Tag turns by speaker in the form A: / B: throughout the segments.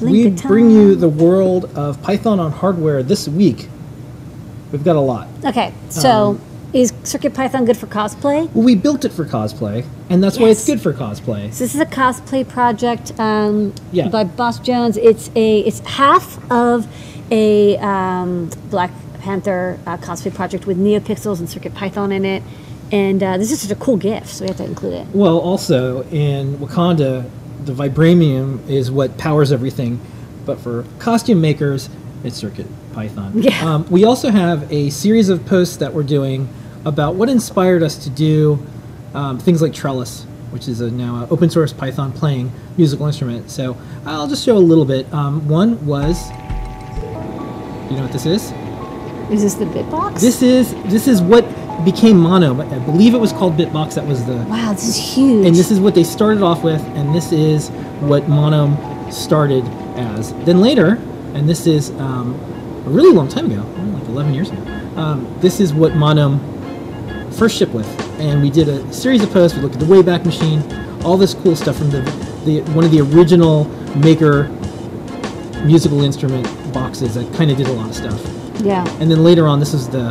A: We
B: Blink of
A: bring you
B: time.
A: the world of Python on hardware this week. We've got a lot.
B: Okay, so
A: Um,
B: is Circuit Python good for cosplay?
A: Well, we built it for cosplay, and that's why it's
B: Yes.
A: good for cosplay.
B: So this is a cosplay project um,
A: Yeah.
B: by Boss Jones. It's a it's half of a um, Black Panther uh, cosplay project with NeoPixels and Circuit Python in it, and uh, this is such a cool gift, so we have to include it.
A: Well, also in Wakanda, the vibranium is what powers everything, but for costume makers, it's Circuit Python.
B: Yeah.
A: Um, we also have a series of posts that we're doing about what inspired us to do um, things like Trellis, which is a now a open source Python playing musical instrument. So I'll just show a little bit. Um, one was, you know what this is?
B: Is this the Bitbox?
A: This is this is what became Mono. I believe it was called Bitbox. That was the
B: wow, this is huge.
A: and this is what they started off with, and this is what Mono started as. Then later, and this is um, a really long time ago, oh, like 11 years ago, um, this is what Mono first shipped with. And we did a series of posts. We looked at the Wayback Machine, all this cool stuff from the, the one of the original maker musical instrument boxes that kind of did a lot of stuff.
B: yeah,
A: And then later on, this is the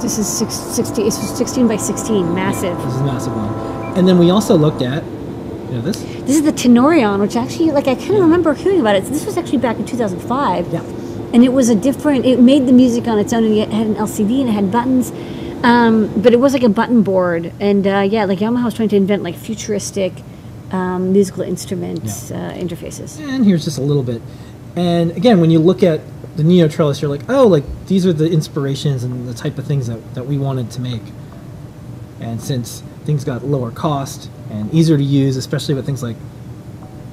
B: this is six, 60, it's 16 by 16, massive.
A: this is a massive one. And then we also looked at you know this.
B: This is the Tenorion, which actually, like, I kind of remember hearing about it. This was actually back in 2005.
A: Yeah.
B: And it was a different, it made the music on its own, and it had an LCD and it had buttons. Um, but it was like a button board. And uh, yeah, like Yamaha was trying to invent like futuristic um, musical instruments uh, interfaces.
A: and here's just a little bit. And again, when you look at the Neo Trellis, you're like, oh, like these are the inspirations and the type of things that, that we wanted to make. And since things got lower cost and easier to use, especially with things like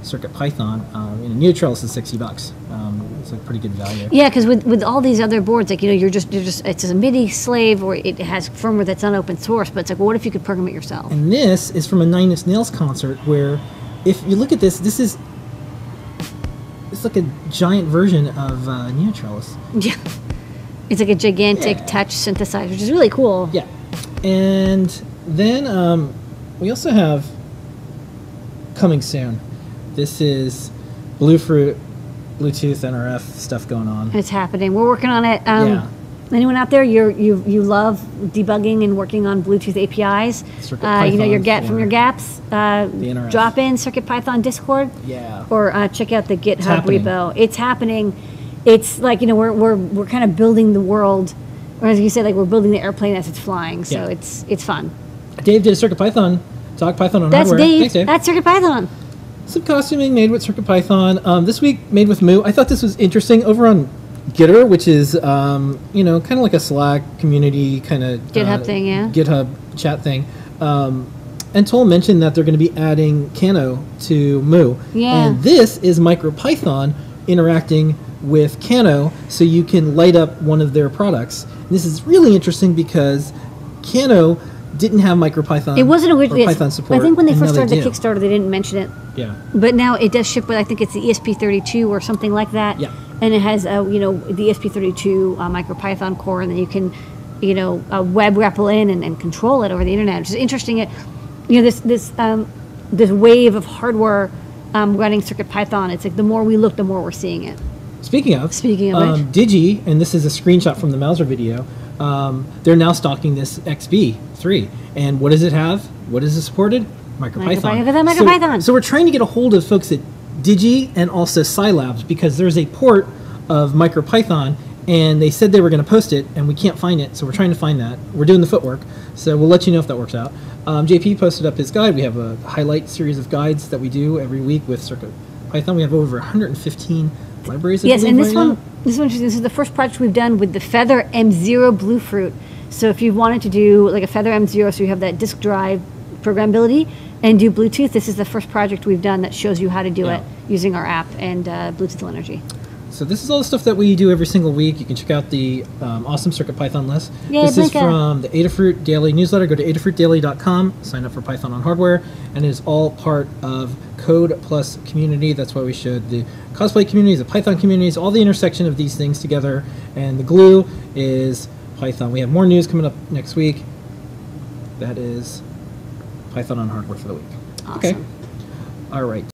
A: Circuit Python, um, you know, Neo Trellis is 60 bucks. Um, it's like pretty good value.
B: Yeah, because with, with all these other boards, like you know, you're just you're just it's a MIDI slave, or it has firmware that's not open source. But it's like, well, what if you could program it yourself?
A: And this is from a Nine Inch Nails concert where, if you look at this, this is it's like a giant version of uh, Neo Trellis.
B: Yeah, it's like a gigantic touch synthesizer, which is really cool.
A: Yeah, and then um, we also have coming soon. This is Blue Fruit, Bluetooth, NRF stuff going on.
B: It's happening. We're working on it. Um,
A: Yeah.
B: Anyone out there, you you you love debugging and working on Bluetooth APIs?
A: Circuit
B: Uh, you know your
A: Python
B: get from
A: for
B: your gaps. Uh,
A: NRF.
B: drop in Circuit Python Discord,
A: Yeah,
B: or uh, check out the GitHub
A: happening.
B: repo. It's happening. It's like you know we're we're we're kind of building the world, or as you say, like we're building the airplane as it's flying. So
A: Yeah.
B: it's it's fun.
A: Dave did a Circuit Python talk. Python on
B: That's
A: hardware.
B: Dave.
A: Thanks, Dave.
B: That's Circuit Python.
A: Some costuming made with Circuit Python. Um, this week made with Moo. I thought this was interesting. Over on Gitter, which is um, you know kind of like a Slack community kind of
B: GitHub thing, yeah.
A: GitHub chat thing. Um, and Toll mentioned that they're going to be adding Kano to Moo.
B: Yeah.
A: And this is MicroPython interacting with Kano, so you can light up one of their products. And this is really interesting because Kano didn't have MicroPython.
B: It wasn't
A: or
B: originally
A: Python support.
B: I think when they
A: and
B: first
A: now
B: started the
A: do.
B: Kickstarter, they didn't mention it.
A: Yeah.
B: But now it does ship with I think it's the E ESP32 or something like that.
A: Yeah.
B: And it has uh, you know the ESP32 uh, MicroPython core, and then you can you know uh, web REPL in and, and control it over the internet, which is interesting. It you know this this um, this wave of hardware um, running Circuit Python. It's like the more we look, the more we're seeing it.
A: Speaking of,
B: Speaking of
A: um, Digi, and this is a screenshot from the Mauser video. Um, they're now stocking this XB3, and what does it have? What is it supported? MicroPython.
B: MicroPython. Look at that
A: So-
B: MicroPython.
A: So, we're trying to get a hold of folks at Digi and also Scilabs because there's a port of MicroPython, and they said they were going to post it, and we can't find it. So we're trying to find that. We're doing the footwork, so we'll let you know if that works out. Um, JP posted up his guide. We have a highlight series of guides that we do every week with Circuit Python. We have over 115 libraries. I
B: Yes,
A: believe,
B: and this
A: right
B: one,
A: now.
B: this is interesting. This is the first project we've done with the Feather M0 Blue Fruit. So if you wanted to do like a Feather M0, so you have that disk drive programmability and do Bluetooth, this is the first project we've done that shows you how to do
A: Yeah.
B: it using our app and uh, Bluetooth Low Energy.
A: So this is all the stuff that we do every single week. You can check out the um, awesome Circuit Python list.
B: Yay,
A: this is
B: Blinka.
A: from the Adafruit Daily newsletter. Go to adafruitdaily.com, sign up for Python on hardware, and it is all part of Code Plus community. That's why we showed the cosplay communities, the Python communities, all the intersection of these things together. And the glue is Python. We have more news coming up next week. That is Python on hardware for the week. Okay.
B: Awesome.
A: All right.